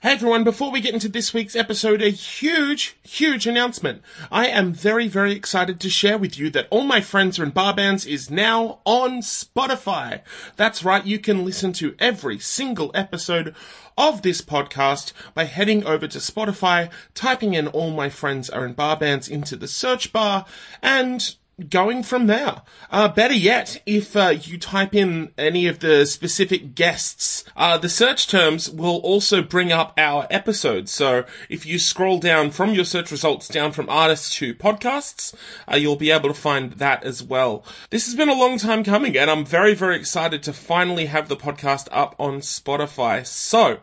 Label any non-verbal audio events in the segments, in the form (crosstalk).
Hey everyone, before we get into this week's episode, a huge, huge announcement. I am very, very excited to share with you that All My Friends Are in Bar Bands is now on Spotify. That's right, you can listen to every single episode of this podcast by heading over to Spotify, typing in All My Friends Are in Bar Bands into the search bar, and going from there. Uh, better yet, if uh, you type in any of the specific guests, uh, the search terms will also bring up our episodes. So if you scroll down from your search results down from artists to podcasts, uh, you'll be able to find that as well. This has been a long time coming, and I'm very, very excited to finally have the podcast up on Spotify. So.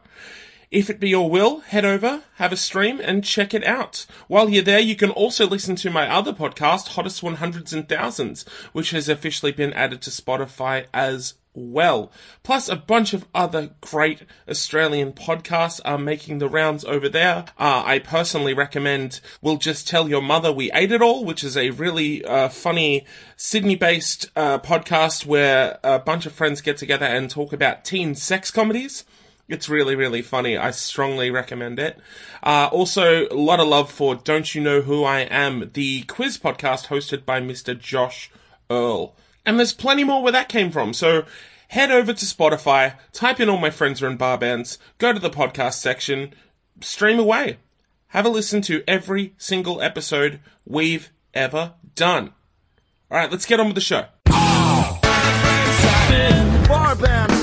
If it be your will, head over, have a stream, and check it out. While you're there, you can also listen to my other podcast, Hottest 100s and Thousands, which has officially been added to Spotify as well. Plus, a bunch of other great Australian podcasts are making the rounds over there. Uh, I personally recommend We'll Just Tell Your Mother We Ate It All, which is a really uh, funny Sydney based uh, podcast where a bunch of friends get together and talk about teen sex comedies. It's really, really funny. I strongly recommend it. Uh, also, a lot of love for Don't You Know Who I Am, the quiz podcast hosted by Mr. Josh Earl. And there's plenty more where that came from. So head over to Spotify, type in All My Friends Are in Bar Bands, go to the podcast section, stream away. Have a listen to every single episode we've ever done. All right, let's get on with the show. Bar bands.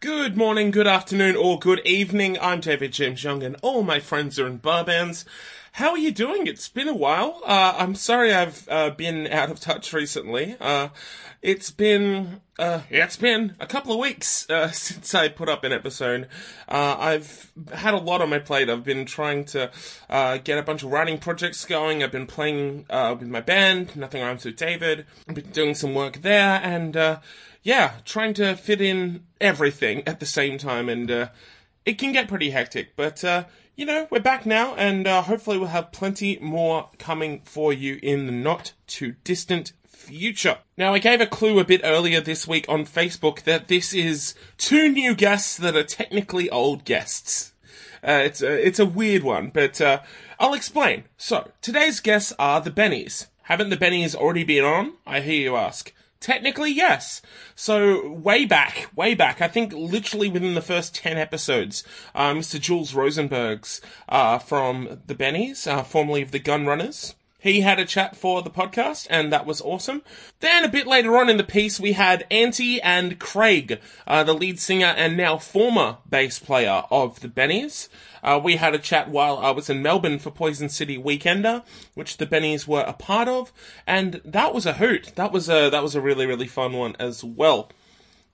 Good morning, good afternoon, or good evening. I'm David James Young, and all my friends are in bar bands. How are you doing? It's been a while. Uh, I'm sorry I've uh, been out of touch recently. Uh, it's been uh, yeah, it's been a couple of weeks uh, (laughs) since I put up an episode. Uh, I've had a lot on my plate. I've been trying to uh, get a bunch of writing projects going. I've been playing uh, with my band, Nothing Rhymes with David. I've been doing some work there, and uh, yeah, trying to fit in everything at the same time, and uh, it can get pretty hectic. But uh, you know, we're back now, and uh, hopefully we'll have plenty more coming for you in the not too distant future. Now, I gave a clue a bit earlier this week on Facebook that this is two new guests that are technically old guests. Uh, it's a, it's a weird one, but uh, I'll explain. So today's guests are the Bennies. Haven't the Bennies already been on? I hear you ask. Technically, yes. So way back, way back, I think literally within the first ten episodes, uh, Mr. Jules Rosenberg's uh, from the Bennies, uh, formerly of the Gun Runners. He had a chat for the podcast, and that was awesome. Then a bit later on in the piece, we had Anty and Craig, uh, the lead singer and now former bass player of the Bennies. Uh, we had a chat while I was in Melbourne for Poison City Weekender, which the Bennies were a part of, and that was a hoot. That was a that was a really really fun one as well.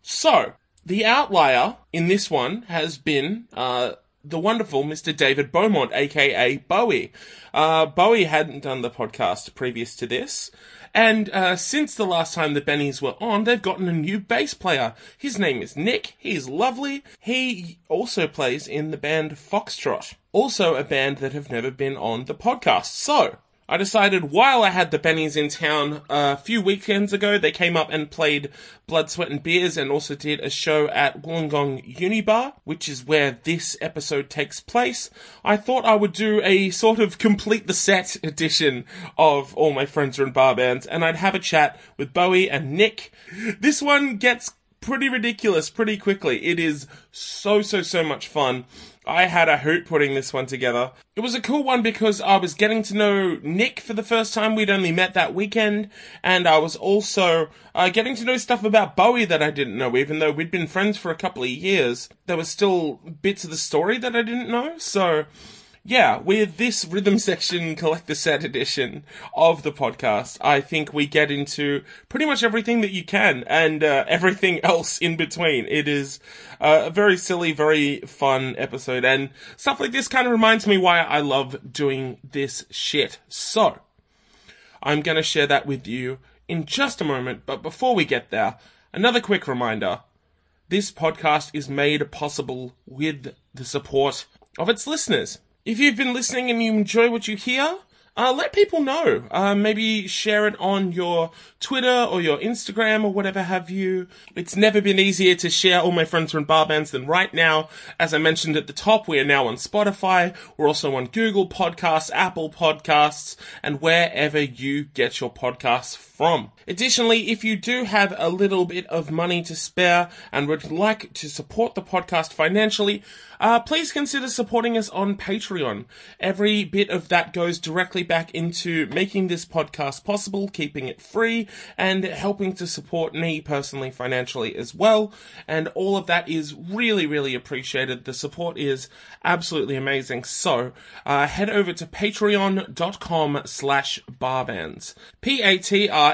So the outlier in this one has been. Uh, the wonderful Mr. David Beaumont, aka Bowie. Uh, Bowie hadn't done the podcast previous to this, and uh, since the last time the Bennies were on, they've gotten a new bass player. His name is Nick. He's lovely. He also plays in the band Foxtrot, also a band that have never been on the podcast. So. I decided while I had the Bennies in town a few weekends ago, they came up and played Blood, Sweat and Beers and also did a show at Wollongong Unibar, which is where this episode takes place. I thought I would do a sort of complete the set edition of All My Friends Are in Bar Bands and I'd have a chat with Bowie and Nick. This one gets pretty ridiculous pretty quickly. It is so, so, so much fun. I had a hoot putting this one together. It was a cool one because I was getting to know Nick for the first time. We'd only met that weekend, and I was also uh, getting to know stuff about Bowie that I didn't know, even though we'd been friends for a couple of years. There were still bits of the story that I didn't know, so yeah, with this rhythm section collector set edition of the podcast, I think we get into pretty much everything that you can and uh, everything else in between. It is uh, a very silly, very fun episode, and stuff like this kind of reminds me why I love doing this shit. So, I'm going to share that with you in just a moment, but before we get there, another quick reminder. This podcast is made possible with the support of its listeners. If you've been listening and you enjoy what you hear, uh, let people know. Uh, maybe share it on your Twitter or your Instagram or whatever have you. It's never been easier to share all my friends from bar bands than right now. As I mentioned at the top, we are now on Spotify. We're also on Google Podcasts, Apple Podcasts, and wherever you get your podcasts from. Additionally, if you do have a little bit of money to spare and would like to support the podcast financially, uh, please consider supporting us on Patreon. Every bit of that goes directly back into making this podcast possible, keeping it free, and helping to support me personally financially as well. And all of that is really, really appreciated. The support is absolutely amazing. So uh, head over to patreon.com slash barbands. P-A-T-R-E-O-N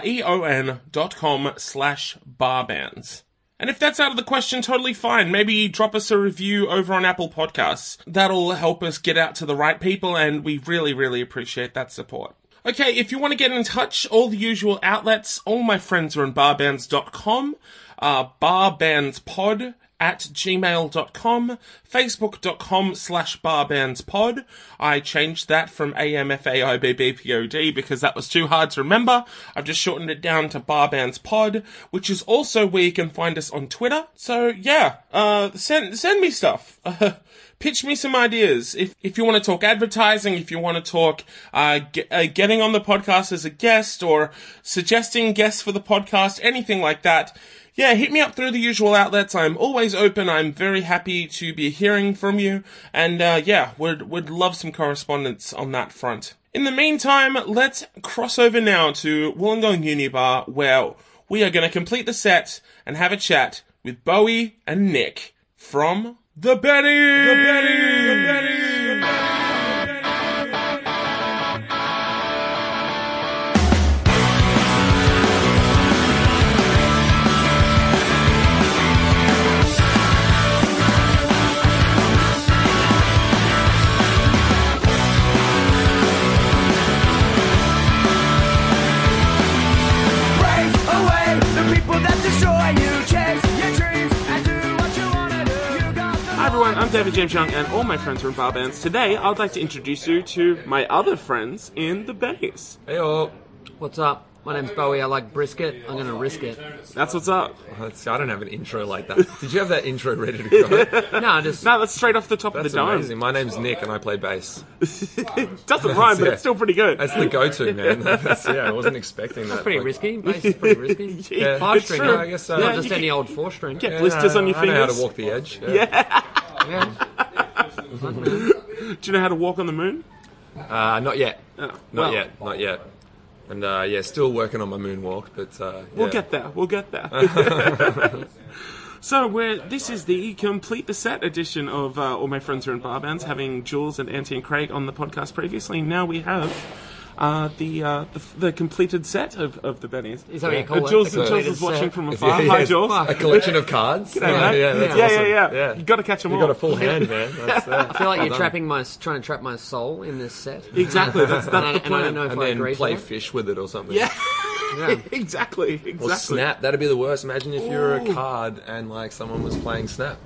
E dot com slash barbands. And if that's out of the question, totally fine. Maybe drop us a review over on Apple Podcasts. That'll help us get out to the right people, and we really, really appreciate that support. Okay, if you want to get in touch, all the usual outlets, all my friends are on barbands.com, uh, barbandspod at gmail.com, facebook.com slash barbandspod. I changed that from AMFAIBBPOD because that was too hard to remember. I've just shortened it down to barbandspod, which is also where you can find us on Twitter. So yeah, uh, send, send me stuff. (laughs) pitch me some ideas. If if you want to talk advertising, if you want to talk uh, ge- uh, getting on the podcast as a guest or suggesting guests for the podcast, anything like that. Yeah, hit me up through the usual outlets. I'm always open. I'm very happy to be hearing from you, and uh, yeah, would would love some correspondence on that front. In the meantime, let's cross over now to Wollongong Unibar, where we are going to complete the set and have a chat with Bowie and Nick from the Betty! The Betty! The Betty! The Betty! Break away the people that destroy you. Chase your dreams and do what you wanna do. You got the Hi everyone, I'm David James Young and all my friends from Bar Bands. Today I'd like to introduce you to my other friends in the Bennies. Heyo. What's up? My name's Bowie. I like brisket. I'm gonna risk (laughs) it. That's what's up. That's, I don't have an intro like that. Did you have that intro ready to (laughs) go? No, I just No, Ah, that's straight off the top of That's the dome. amazing. My name's Nick and I play bass. It (laughs) doesn't rhyme, but yeah. it's still pretty good. That's the go-to, man. (laughs) That's, yeah, I wasn't expecting that. pretty Like, risky. Bass is pretty (laughs) risky. Yeah. Five It's string. true. huh? I guess so. Not Yeah, just you any old four string. Get yeah, blisters on your I know fingers. how to walk the edge. Yeah. Yeah. Do you know how to walk on the moon? Uh, not yet. Oh, Not well, yet. Not yet. And uh, yeah, still working on my moonwalk, but uh, We'll yeah. get there. We'll get there. (laughs) so we're this is the complete the set edition of uh, all my friends are in bar bands, having Jules and Auntie and Craig on the podcast previously. Now we have uh, the, uh, the the completed set of, of the Bennies. Is that what you Uh, call it? Jules, The Jules completed is watching set? from (laughs) Yeah, afar. yeah, Hi, it's Jules. A collection of cards. yeah, mate. yeah, that's yeah, awesome. yeah, yeah, yeah. You got to catch them You all. got a full (laughs) hand, man. That's, uh, I feel like you're trapping my, trying to trap my soul in this set. Exactly. That's, And I, that's the and I don't plan. know if and I then agree. play to fish with it or something. (laughs) Yeah. that. Yeah. (laughs) (laughs) exactly. Exactly. Or Snap. That'd be the worst. Imagine if you were a card and like someone was playing Snap.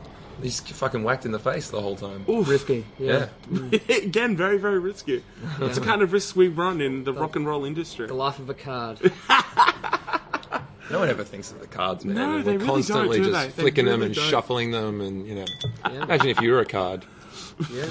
You just get fucking whacked in the face the whole time. Risky. Yeah. Yeah. (laughs) Again, very, very risky. It's the kind of risks we run in the rock and roll industry. The life of a card. (laughs) No one ever thinks of the cards, man. No, and they we're really don't, constantly do they? just They flicking them really and don't. shuffling them, and (laughs) you know. Imagine if you were a card. Yeah.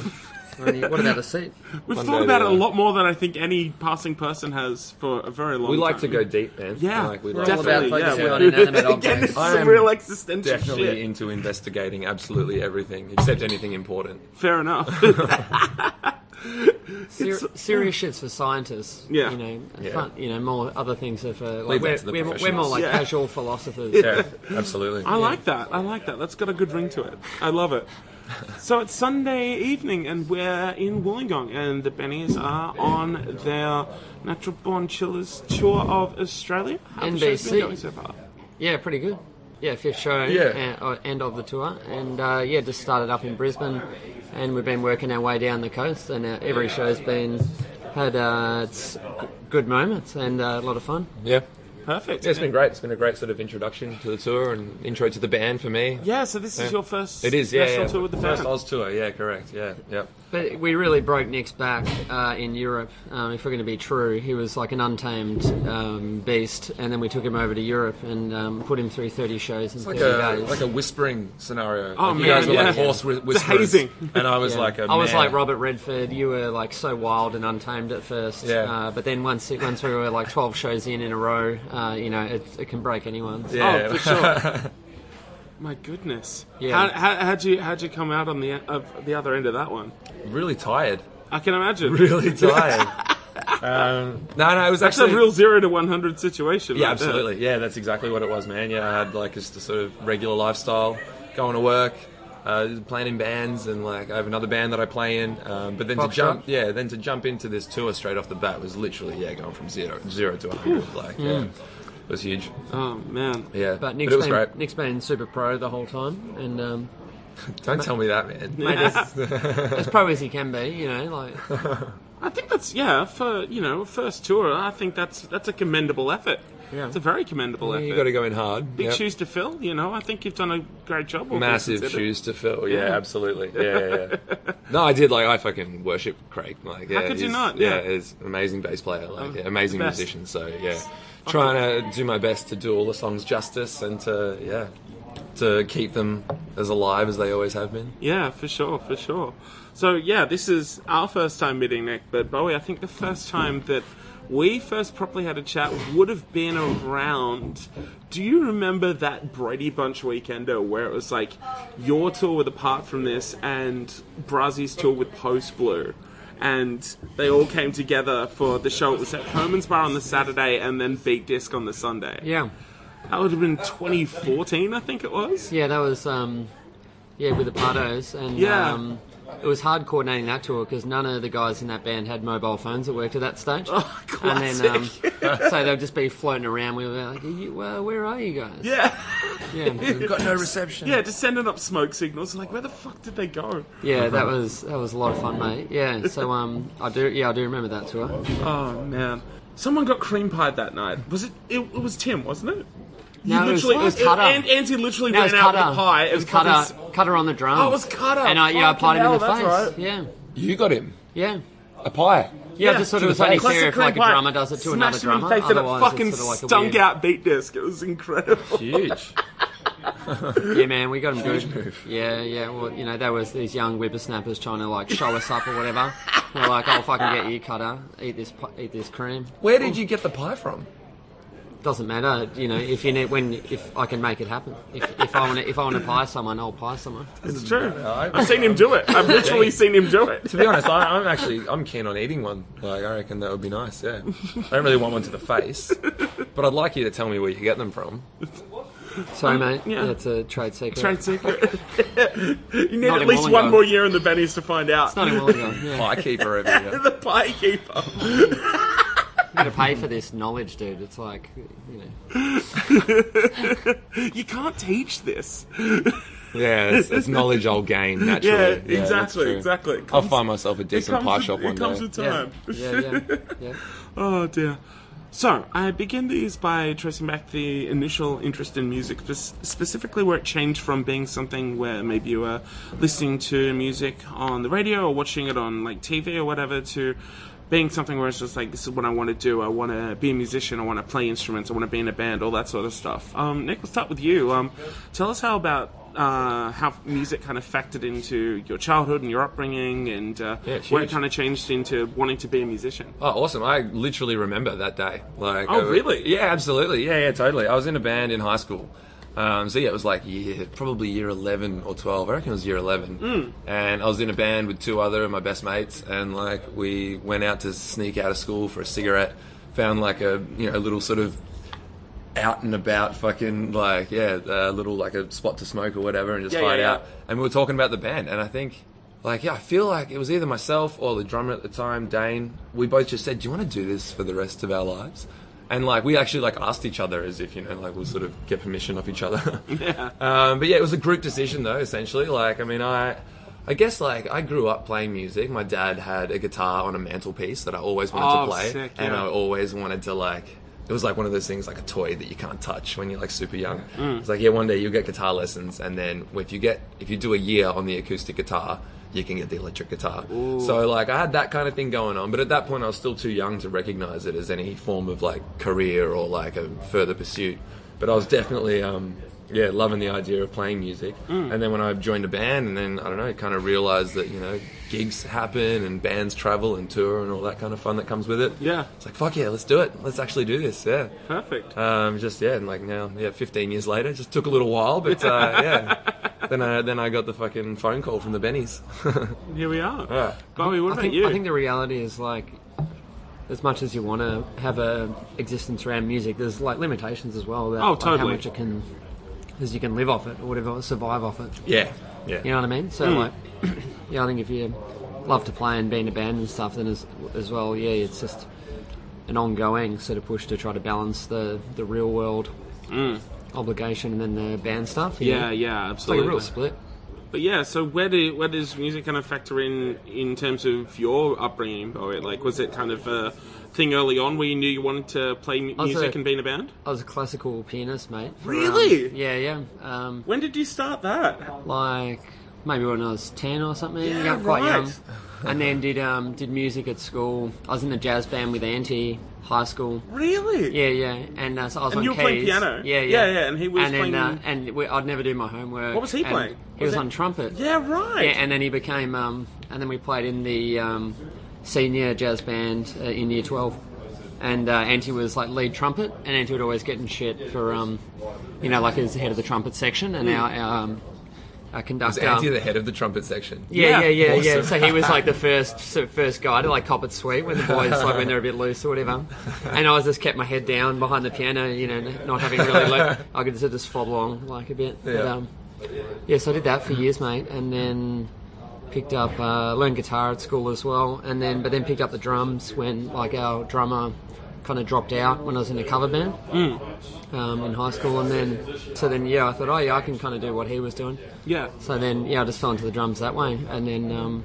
Only- What about a seat? We've One thought day about it they a are. lot more than I think any passing person has for a very long time. We like to go deep, man. Yeah, like, we We're like all to about Definitely, go focusing yeah. on inanimate (laughs) Again, it's objects. I some am real existential definitely shit. into investigating absolutely everything except (laughs) anything important. Fair (laughs) enough. Ser- serious shits for scientists. Yeah. You know, Yeah. fun, you know, more other things that for Leave like, that we're, to the we're, we're more professionals. like Yeah. casual philosophers. Yeah, absolutely. I like that. I like that. That's got a good ring to it. I love it. So it's Sunday evening, and we're in Wollongong, and the Bennies are on their Natural Born Chillers tour of Australia. How the show's been NBC. going so far? Yeah, pretty good. Yeah, fifth show Yeah. and, uh, end of the tour, and uh, yeah, just started up in Brisbane, and we've been working our way down the coast, and uh, every show's been had uh, its g- good moments and uh, a lot of fun. Yeah, Perfect. Yeah, it's been great. It's been a great sort of introduction to the tour and intro to the band for me. Yeah, so this Yeah. is your first It is, yeah. national yeah. tour with the First band. Oz tour, yeah, correct, yeah, yeah. But we really broke Nick's back uh, in Europe. Um, if we're going to be true, he was like an untamed um, beast, and then we took him over to Europe and um, put him through 30 shows in Like a 30 days. like a whispering scenario. Oh, like you man, guys were yeah. like horse whi- whisperers, hazing. and I was Yeah. like, a I was man. like Robert Redford. You were like so wild and untamed at first. Yeah. Uh, but then once it, once we were like 12 shows in in a row, uh, you know, it, it can break anyone. Yeah. Oh, for sure. My goodness. How, Yeah. how, how'd, you, how'd you come out on the, of the other end of that one? (laughs) really tired, (laughs) I can imagine. (laughs) really tired. um, no, no, it was That's a actually real zero to 100 situation. Yeah, right there. absolutely. Yeah, that's exactly what it was, man. Yeah, I had like just a sort of regular lifestyle, going to work, uh, playing in bands, and like I have another band that I play in. Um, but then Fox to jump, Shop. yeah, then to jump into this tour straight off the bat was literally yeah, going from zero zero to hundred. Like, Hmm. yeah, it was huge. Oh, man. Yeah, But it Nick's was been great. Nick's been super pro the whole time, and (laughs) um, Don't tell me that, man. made us as pro as he can be. You know, (laughs) like I think that's, yeah, for, you know, first tour, I think that's that's a commendable effort. Yeah. It's a very commendable effort. You got to go in hard. Big Yep. shoes to fill, you know. I think you've done a great job. all things Massive considered. shoes to fill. Yeah, absolutely. Yeah, yeah, (laughs) yeah. no, I did. Like, I fucking worship Craig. Like, yeah, could you he's- not? Yeah. Oh, Yeah, he's an amazing bass player. Like, yeah, amazing best. musician. So yeah, trying to do my best to do all the songs justice and to yeah, to keep them as alive as they always have been. Yeah, for sure, for sure. So yeah, this is our first time meeting Nick, but Bowie, I think the first time that we first properly had a chat would have been around. Do you remember that Brady Bunch weekender where it was like your tour with Apart from This and Brazzy's tour with Post Blue? And they all came together for the show. It was at Herman's Bar on the Saturday and then Beat Disc on the Sunday. yeah, That would have been 2014, I think it was. yeah. That was um, yeah with the Pardos, and Yeah. um, it was hard coordinating that tour because none of the guys in that band had mobile phones that worked at that stage. (laughs) Oh, and then um, classic. so they'll just be floating around. We were like, "Are you, well, where are you guys? (laughs) Yeah. yeah, We've got no reception. Yeah, just sending up smoke signals. Like, where the fuck did they go? Yeah, that was that was a lot of fun, mate. (laughs) Yeah, so um, I do yeah I do remember that tour. Oh man, someone got cream pied that night. Was it? It, it was Tim, wasn't it? He No, it was- literally, it was Cutter. And Anty literally No, it was ran out with Cutter. a pie. It was fucking Cutter. Cutter on the drum. Oh, it was Cutter. And I, yeah, I Fucking pied him in the hell, face. that's right. Yeah, You got him yeah. a pie. Yeah, I just thought to the it was only face. fair Classic if cream like a pie. drummer does it to Smashed another him in drummer. the face and it Otherwise, fucking it's sort of like a stunk weird, out beat disc. It was (laughs) incredible. Huge. Yeah, man, we got him good. move. Yeah, yeah. Well, you know, there was these young whippersnappers trying to like show us up or (laughs) whatever. We're like, I'll fucking get you, Cutter. Eat this, pi- eat this cream. Where did you get the pie from? Doesn't matter, you know. If you need, when if I can make it happen. If, if I want to, if I want to pie someone, I'll pie someone. It's true. I- I've seen him do it. I've (laughs) literally seen him do it. To be honest, I, I'm actually I'm keen on eating one. Like I reckon that would be nice. Yeah, I don't really want one to the face, but I'd like you to tell me where you get them from. Um, Sorry, mate. yeah. That's a trade (laughs) secret. Trade secret. (laughs) (laughs) you need Not at in least Wollongong. one more year in the bennies to find out. (laughs) It's not (laughs) in Wollongong. Yeah. Pie keeper over here. the pie keeper. You gotta pay for this knowledge, dude. It's like, you know. You can't teach this. (laughs) Yeah, it's, it's knowledge I'll gain (laughs) naturally. Yeah, that's exactly, true. exactly. It I'll comes- find myself a It decent comes, pie with- shop it one comes day. with time. Yeah, yeah, (laughs) yeah. Oh dear. So, I begin these by tracing back the initial interest in music, spe- specifically where it changed from being something where maybe you were listening to music on the radio or watching it on like TV or whatever to being something where it's just like, this is what I want to do. I want to be a musician. I want to play instruments. I want to be in a band, all that sort of stuff. Um, Nick, let's start with you. Um, tell us how about uh, how music kind of factored into your childhood and your upbringing and uh, Yeah, it's where it huge. kind of changed into wanting to be a musician. Oh, awesome! I literally remember that day. Like, Oh, I- really? Yeah, absolutely. Yeah, yeah, totally. I was in a band in high school. Um, so yeah, it was like year, probably year eleven or twelve. I reckon it was year eleven. Hmm. And I was in a band with two other of my best mates, and like we went out to sneak out of school for a cigarette. Found like a you know little sort of out and about fucking like yeah a little like a spot to smoke or whatever and just Yeah, hide yeah, yeah. out and we were talking about the band and i think like yeah i feel like it was either myself or the drummer at the time dane we both just said do you want to do this for the rest of our lives and like we actually like asked each other as if you know like we'll sort of get permission off (laughs) each other yeah. um, but yeah it was a group decision though essentially like i mean i I guess like I grew up playing music. My dad had a guitar on a mantelpiece that I always wanted Oh, to play, sick, and yeah. I always wanted to like it was like one of those things like a toy that you can't touch when you're like super young. It's like yeah, one day you'll get guitar lessons, and then if you get if you do a year on the acoustic guitar, you can get the electric guitar. So like I had that kind of thing going on, but at that point I was still too young to recognize it as any form of like career or like a further pursuit. But I was definitely um, yeah loving the idea of playing music. And then when I joined a band, and then I don't know, kind of realized that you know gigs happen and bands travel and tour and all that kind of fun that comes with it. Yeah. It's like, fuck yeah, let's do it. Let's actually do this. Yeah. Perfect. Um, just yeah, and like now, yeah, 15 years later, just took a little while, but (laughs) uh, yeah. Then I then I got the fucking phone call from the Bennies. (laughs) Here we are. Yeah. Bobby, what I about think, you? I think the reality is like, as much as you want to have a existence around music, there's like limitations as well. About, Oh, like, how totally. much it can, because you can live off it or whatever, survive off it. yeah, yeah, You know what I mean? Hmm. So like, (clears throat) yeah, I think if you love to play and be in a band and stuff, then as as well, yeah, it's just an ongoing sort of push to try to balance the the real world obligation and then the band stuff. you know? Hmm. yeah, yeah, it's like a absolutely. real split. But yeah, so where do where does music kind of factor in in terms of your upbringing, Bowie? Like, was it kind of a thing early on where you knew you wanted to play mu- was music a- and be in a band? I was a classical pianist, mate. for, um, Really? yeah, yeah. Um, When did you start that? like maybe when I was ten or something. Yeah, young- quite right. young. And then did um, did music at school. I was in the jazz band with Auntie high school. Really? Yeah, yeah. And uh, so I was And on you were playing keys. piano? Yeah, Yeah, yeah, yeah, and he was And then, playing- uh, and we, I'd never do my homework. What was he and playing? He Was was, it- on trumpet. Yeah, right. Yeah, and then he became um, and then we played in the um, senior jazz band uh, in year twelve. And uh, Antti was like lead trumpet, and Antti would always get in shit for, um, you know, like as the head of the trumpet section, and Hmm. our, our, um, our Is conductor. Andy the head of the trumpet section? Yeah, Yeah. yeah, yeah, yeah. Awesome. So he was like the first so first guy to like cop it sweet when the boys like when they're a bit loose or whatever. And I was just kept my head down behind the piano, you know, not having really look. I could just, just fob along like a bit. But, Yeah. um, yeah, so I did that for years, mate, and then picked up uh, learned guitar at school as well, and then but then picked up the drums when like our drummer kind of dropped out when I was in a cover band Mm. um, in high school, and then so then yeah, I thought oh yeah, I can kind of do what he was doing. Yeah. So then, yeah, I just fell into the drums that way, and then um,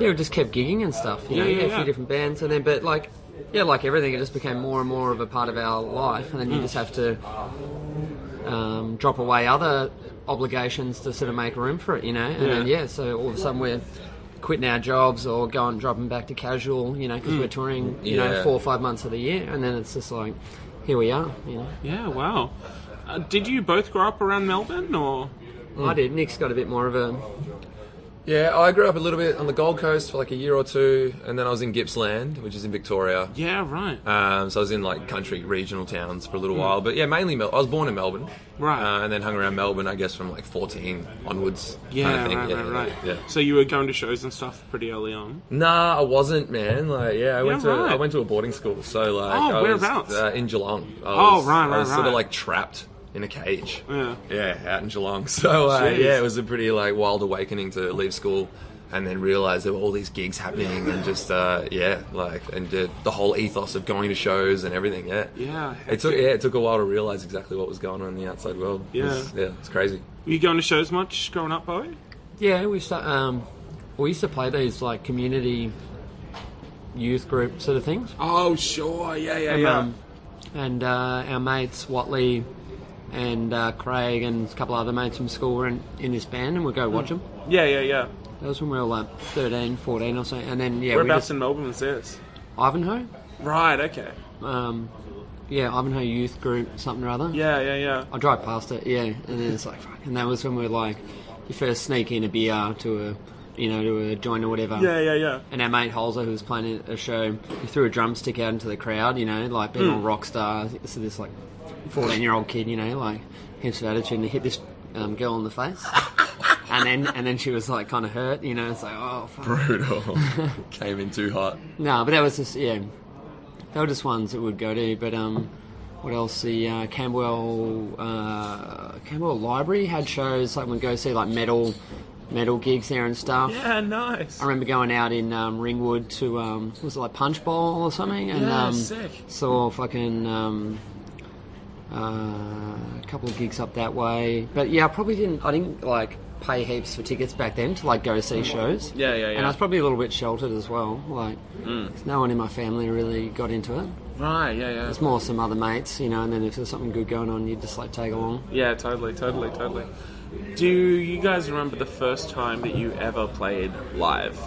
yeah, we just kept gigging and stuff. You know, Yeah, yeah, a yeah. few different bands, and then but like yeah, like everything, it just became more and more of a part of our life, and then Mm. you just have to um, drop away other obligations to sort of make room for it, you know. And then Yeah. yeah, so all of a sudden we're quitting our jobs or going dropping back to casual, you know, because Mm. we're touring, you Yeah. know, four or five months of the year, and then it's just like here we are, you know. Yeah. Wow. Uh, did you both grow up around Melbourne, or Mm. I did. Nick's got a bit more of a Yeah, I grew up a little bit on the Gold Coast for like a year or two, and then I was in Gippsland, which is in Victoria. yeah, right? Uh, Um, so I was in like country regional towns for a little while, but yeah, mainly Mel- I was born in Melbourne, Hmm. Right. Uh, and then hung around Melbourne, I guess, from like 14 onwards. yeah, kind of thing. right, yeah, right, yeah, right. Yeah. So you were going to shows and stuff pretty early on. Nah, I wasn't, man. Like, yeah, I went Yeah, to right. I went to a boarding school, so like, Oh, I whereabouts? Was, uh, in Geelong. I Oh, was, right, I right, was sort right. of like trapped in a cage. Yeah. Yeah, out in Geelong. (laughs) So uh, Jeez. yeah, it was a pretty like wild awakening to leave school. And then realize there were all these gigs happening, and just uh, yeah, like and the, the whole ethos of going to shows and everything. Yeah, Yeah. It took yeah, it took a while to realize exactly what was going on in the outside world. It was- Yeah. yeah, it's crazy. (laughs) Were you going to shows much growing up, Bowie? Yeah, we start, um, we used to play these like community youth group sort of things. Oh, sure. Yeah, yeah, And, um, and uh, our mates Watley and uh, Craig and a couple other mates from school were in, in this band, and we'd go Hmm. watch them. yeah, yeah, yeah. That was when we were like 13, 14 or so. And then yeah, we Whereabouts just, in Melbourne was this? Ivanhoe. Right. Okay. Um, yeah, Ivanhoe Youth Group, something or other. Yeah, yeah, yeah. I drive past it, yeah, and then it's like, fuck. And that was when we were like, you first sneak in a beer to a, you know, to a joint or whatever. Yeah, yeah, yeah. And our mate Holzer, who was playing a show, he threw a drumstick out into the crowd, you know, like being a rock star. So this like 14 year old kid, you know, like heaps of attitude, and he hit this um, girl in the face. and then and then she was like kind of hurt, you know, it's like, oh, fuck. Brutal. (laughs) Came in too hot. No, but that was just, yeah, they were just ones that would go to, but, um, what else? The uh, Camberwell uh, Camberwell Library had shows like we'd go see like metal metal gigs there and stuff. Yeah, nice. I remember going out in um, Ringwood to um, was it like Punch Bowl or something, and Yeah, um, sick. saw fucking um, uh, a couple of gigs up that way. But yeah, I probably didn't. I didn't like pay heaps for tickets back then to like go see shows. Yeah, Hmm. yeah, yeah. And I was probably a little bit sheltered as well. Like, 'cause no one in my family really got into it. Right, yeah, yeah. It's more some other mates, you know, and then if there's something good going on, you just like tag along. Yeah, totally, totally, totally. Do you guys remember the first time that you ever played live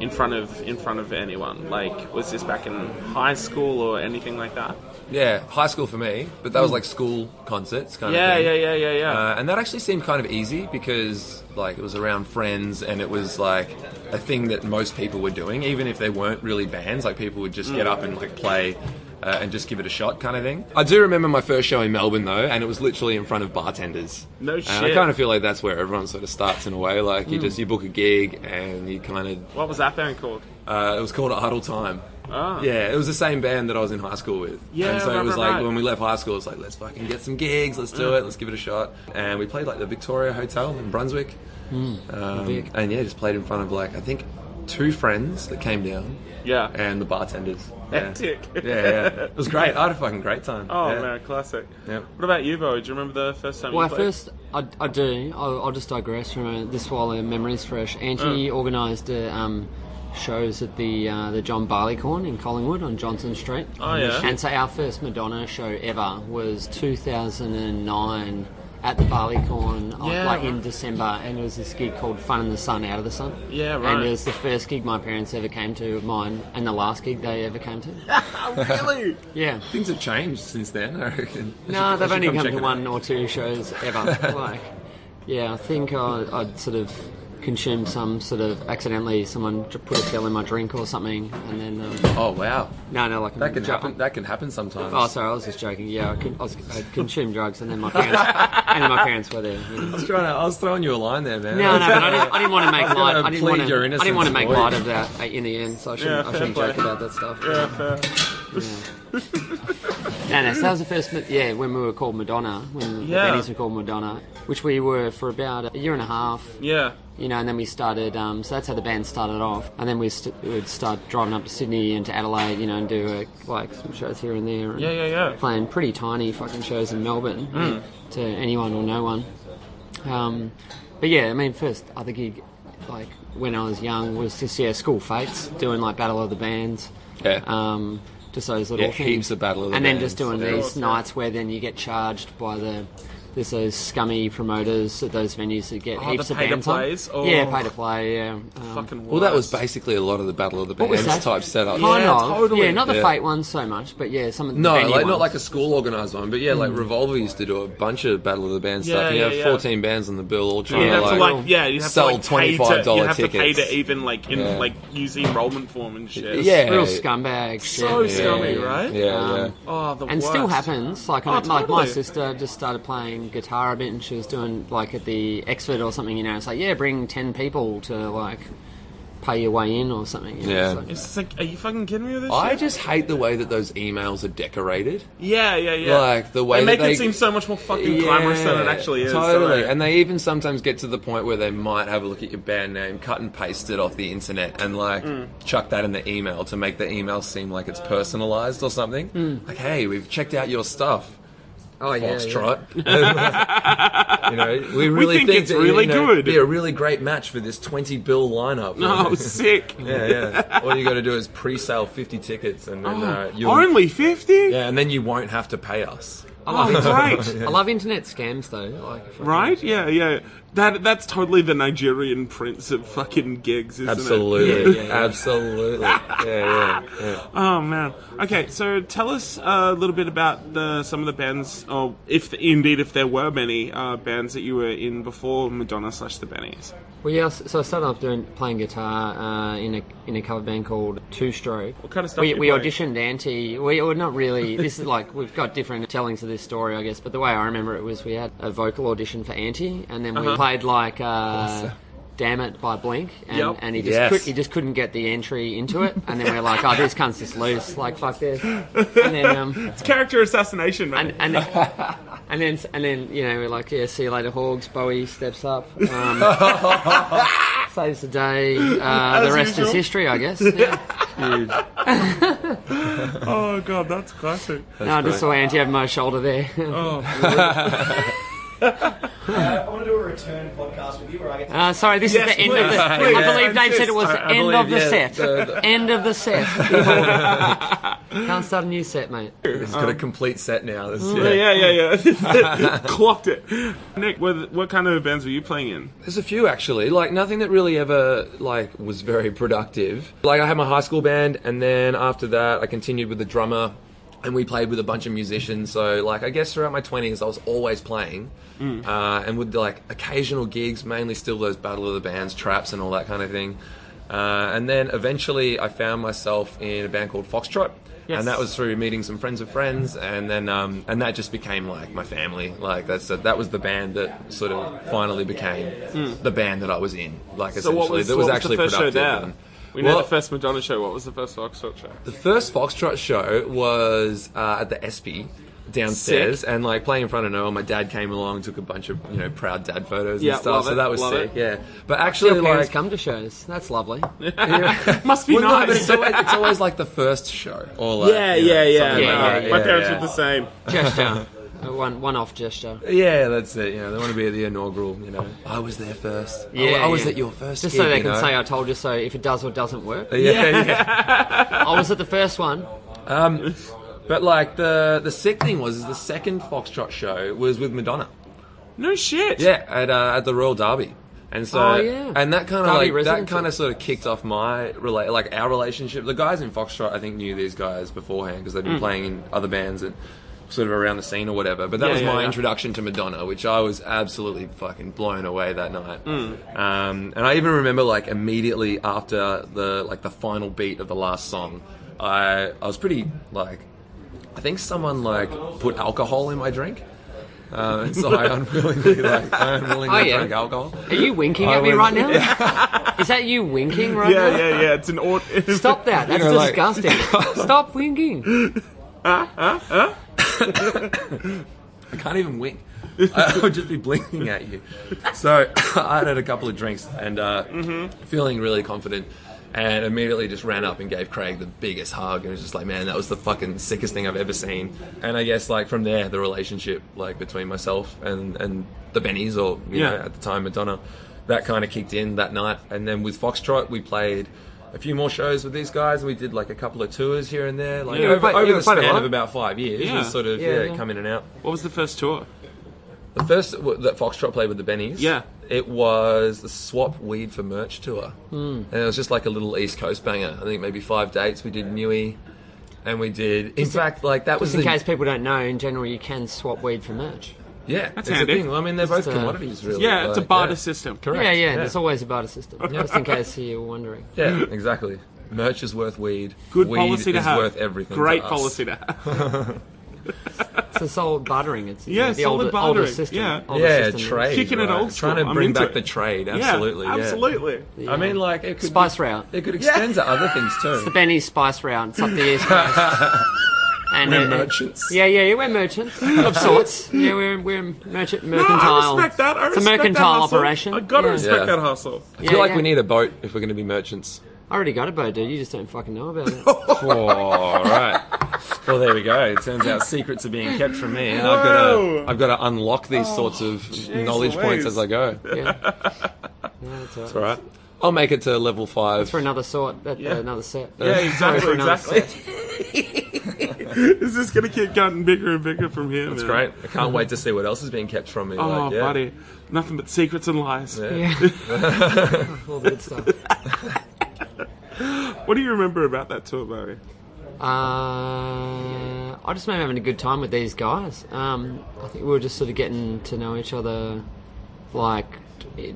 in front of in front of anyone? Like, was this back in high school or anything like that? Yeah, high school for me, but that was like school concerts kind Hmm. Yeah, of thing. yeah, yeah, yeah, yeah. Uh, and that actually seemed kind of easy because like it was around friends and it was like a thing that most people were doing, even if they weren't really bands. Like people would just get Hmm. up and like play. Uh, and just give it a shot, kind of thing. I do remember my first show in Melbourne though, and it was literally in front of bartenders. No And I shit. Hmm. kind of feel like that's where everyone sort of starts in a way. Like you just you book a gig and you kind of what was that band called? uh, it was called Idle Time. Ah. Yeah, it was the same band that I was in high school with. Yeah, and so right, it was right, like right. when we left high school, it's like let's fucking get some gigs, let's Mm. do it, let's give it a shot. And we played like the Victoria Hotel in Brunswick, um, Hmm, Vic. and yeah, just played in front of like I think two friends that came down Yeah. and the bartenders. Yeah. Hectic. (laughs) yeah, yeah, it was great. I had a fucking great time. Oh yeah. man, classic. Yeah. What about you, Bo? Do you remember the first time Well, you at played? first, I, I do. I'll, I'll just digress from uh, this while the memory's fresh. Anthony Mm. organised uh, um, shows at the uh, the John Barleycorn in Collingwood on Johnson Street. Oh, yeah. And so our first Madonna show ever was 2009 at the Barleycorn, uh, Yeah, like right. in December, and it was this gig called Fun in the Sun, Out of the Sun. Yeah, And right. it was the first gig my parents ever came to of mine, and the last gig they ever came to. (laughs) really? Yeah. Things have changed since then. I (laughs) reckon. I should- I No, they've should only come check to it one out. or two shows ever. (laughs) like, yeah, I think I, I'd sort of consumed some sort of accidentally someone j- put a pill in my drink or something, and then um, Oh wow, no, no, like that can jo- happen. That can happen sometimes. Oh, sorry, I was just joking. Yeah, I, con- I, was, I consumed drugs, and then (laughs) my parents and then my parents were there. you know. I was trying to. I was throwing you a line there, man. No, no, but I didn't, I didn't want to make gonna light. I didn't plead want to. your I didn't want to make innocence, boy. light of that uh, in the end, so I shouldn't, Yeah, I shouldn't fair joke play. about that stuff. Yeah, fair. No, no, so that was the first, ma- yeah, when we were called Madonna, when Yeah. the Bennies were called Madonna, which we were for about a year and a half, Yeah. you know, and then we started, um, so that's how the band started off, and then we st- would start driving up to Sydney and to Adelaide, you know, and do, uh, like, some shows here and there. And Yeah, Mm. yeah, yeah. Playing pretty tiny fucking shows in Melbourne to anyone or no one. Um, but yeah, I mean, first other gig, like, when I was young was just, yeah, school fates, doing, like, Battle of the Bands. Yeah. Um, just those little Yeah, things. heaps of Battle of the And then just Bands. doing these nights where then you get charged by the there's those scummy promoters at those venues that get Oh, heaps the of pay to bands on. plays? Oh. Yeah, pay to play. Yeah. Um, Fucking Well, that was worst. basically a lot of the Battle of the what was Bands that? type setup. Kind Yeah, of. totally. Yeah, not the Yeah. fake ones so much, but yeah, some of the No, venue like ones. not like a school organised one, but yeah, Hmm. like Revolver used to do a bunch of Battle of the Bands Yeah, stuff. You yeah, have yeah. fourteen bands on the bill, all trying You to have to like, like, yeah, you have sell to like pay to, $25 You have to pay tickets. to even like in Yeah. like use the enrollment form and shit. Yeah. real scumbag. So shit. scummy, Yeah, yeah. right? yeah, yeah. Um, Oh, the and worst. still happens. Like, Oh, I like my totally. sister just started playing guitar a bit, and she was doing like at the Exford or something. You know, it's like yeah, bring ten people to like pay your way in or something. you know, Yeah. it's like- It's just like, are you fucking kidding me with this? I shit? just hate the way that those emails are decorated. yeah, yeah, yeah. Like, the way they that make they- it seem so much more fucking glamorous than it actually is. Totally, Like, (laughs) and they even sometimes get to the point where they might have a look at your band name, cut and paste it off the internet, and like Hmm. chuck that in the email to make the email seem like it's personalised or something. Hmm. Like, hey, we've checked out your stuff. oh yeah, yeah. Foxtrot. (laughs) you know, we really think it's that, really you know, good. it'd Be a really great match for this twenty bill lineup. (laughs) no, (laughs) oh, sick. yeah, yeah. All you got to do is pre-sale fifty tickets, and Oh. then uh, you'll Only fifty? yeah, and then you won't have to pay us. I love Oh, internet- (laughs) great. I love internet scams though. Like, fucking- Right? Yeah, yeah. That that's totally the Nigerian prince of fucking gigs, isn't it? Absolutely, (laughs) absolutely. Yeah, yeah, yeah. Oh man. Okay, so tell us a little bit about the some of the bands, or if indeed if there were many uh, bands that you were in before Madonna slash the Bennies. Well, yeah. So I started off doing playing guitar uh, in a in a cover band called Two Stroke. What kind of stuff We, do you we play? auditioned Anti. We were not really. This is like we've got different tellings of this story, I guess. But the way I remember it was we had a vocal audition for Anti, and then we Uh-huh. played like. Uh, Damn it by Blink, and, Yep. and he just Yes. could, he just couldn't get the entry into it, and then we're like, oh, this cunt's just loose, like fuck this, and then um, (laughs) It's character assassination, man. and (laughs) and and then and then you know we're like yeah see you later hogs Bowie steps up um, (laughs) saves the day uh, the rest usual. is history I guess (laughs) yeah. oh god, that's classic. no I just saw Andy over my shoulder there (laughs) I want to do a return podcast with you where I get to uh, sorry this Yes, is the end of please, the please. I believe I Dave insist. said it was I- the I end believe, (laughs) of the yeah, set the- end of the set Can't start a new set, mate. He's got a complete set now. This, Um, Yeah, yeah. yeah, (laughs) yeah. Clocked it. Nick, what, what kind of bands were you playing in? There's a few actually. Like nothing that really ever like was very productive. Like I had my high school band, and then after that, I continued with the drummer, and we played with a bunch of musicians. So like I guess throughout my twenties, I was always playing, uh, and with like occasional gigs, mainly still those battle of the bands, traps, and all that kind of thing. Uh, and then eventually, I found myself in a band called Foxtrot. Yes. And that was through meeting some friends of friends, and then um, and that just became like my family. Like that's that was the band that sort of finally became the band that I was in. Like Hmm. So essentially, what was, that what was actually the first show productive. there? and- We know Well, the first Madonna show. What was the first Foxtrot show? the first Foxtrot show was uh, at the SP downstairs and like playing in front of no one. My dad came along, took a bunch of you know proud dad photos Yeah, and stuff. love so it, that was love sick. it. Yeah, but Your actually parents like. come to shows. That's (laughs) lovely. (laughs) Must be well, nice. (laughs) no, but it's always, it's always like the first show, or like yeah, you yeah, know, yeah, something no, like that. My Yeah, parents yeah. were the same. Gesture. A one, one-off gesture. Yeah, that's it. You know, they want to be at the inaugural. You know, I was there first. I- I, was at your first. Just gig, so they you can know? say I told you so if it does or doesn't work. Yeah, yeah. I was at the first one. Um, but like the the sick thing was, is the second Foxtrot show was with Madonna. No shit. Yeah, at uh, at the Royal Derby. And so, Oh, yeah. and that kind of like that Derby residency. kind of sort of kicked off my rela- like our relationship. The guys in Foxtrot, I think, knew these guys beforehand because Mm. they'd been playing in other bands and sort of around the scene or whatever. But that Yeah, was yeah, my yeah. introduction to Madonna, which I was absolutely fucking blown away that night. Mm. Um, and I even remember like immediately after the like the final beat of the last song, I I was pretty like I think someone like put alcohol in my drink. Um, and so I unwillingly like I unwillingly Oh, yeah. drank alcohol. Are you winking I at me was- right now? (laughs) Is that you winking right yeah, now? yeah, yeah. It's an (laughs) odd. Stop that. That's You know, like- disgusting. (laughs) Stop winking. I can't even (laughs) wink. I would just be blinking at you. So (coughs) I'd had a couple of drinks and uh, Mm-hmm. feeling really confident, and immediately just ran up and gave Craig the biggest hug and was just like, "Man, that was the fucking sickest thing I've ever seen." And I guess like from there, the relationship like between myself and and the Bennies or you Yeah. know at the time Madonna, that kind of kicked in that night. And then with Foxtrot, we played. A few more shows with these guys, and we did like a couple of tours here and there, like Yeah, we over, played- over yeah, we the played a span lot. of about five years. Yeah. It was sort of Yeah, yeah, yeah. coming in and out. What was the first tour? The first w- that Foxtrot played with the Bennies, Yeah. it was the Swap Weed for Merch tour, Hmm. mm. and it was just like a little East Coast banger. I think maybe five dates. We did Newey, and we did. In fact, like that was Just in the case people don't know, in general, you can swap weed for merch. yeah. That's handy. the thing. I mean, they're both uh, commodities, really. Yeah, it's a like, barter yeah. system. Correct. Yeah, yeah, There's always a barter system. Just in case you were wondering. Yeah, exactly. Merch is worth weed. Good weed policy to is have. worth everything. Great to us. policy to (laughs) have. It's a solid bartering. It's you Yeah, know, the solid older, older bartering. system. Yeah. older Yeah, system. trade. Kicking it right? old school. Trying to I'm bring into back it. the trade. Absolutely. Yeah, Absolutely. I mean, like it could Spice be- route. It could extend to other things too. The Benny's Spice Round. It's up the East Coast. (laughs) And We're uh, merchants. Yeah, yeah, yeah, we're (laughs) merchants of sorts. Yeah, we're we're merchant mercantile. I respect that. I it's a respect mercantile that hustle. operation. I gotta Yeah. respect Yeah. that hustle. I feel Yeah, like yeah. we need a boat if we're going to be (laughs) merchants. I already got a bow, dude. You just don't fucking know about (laughs) it. All right. Well, there we go. It turns out secrets are being kept from me, and I've got Whoa. to I've got to unlock these Oh, sorts of knowledge Louise. points as I go. Yeah. No, that's all right. All right. I'll make it to level five. For another sort, that, Yeah. another set. Yeah, exactly. for another Exactly. Is (laughs) this gonna keep getting bigger and bigger from here? That's man? great. I can't wait to see what else is being kept from me. Oh, like, yeah. buddy, nothing but secrets and lies. Yeah. Yeah. All the good stuff. What do you remember about that tour, Barry? Uh, I just remember having a good time with these guys. Um, I think we were just sort of getting to know each other, like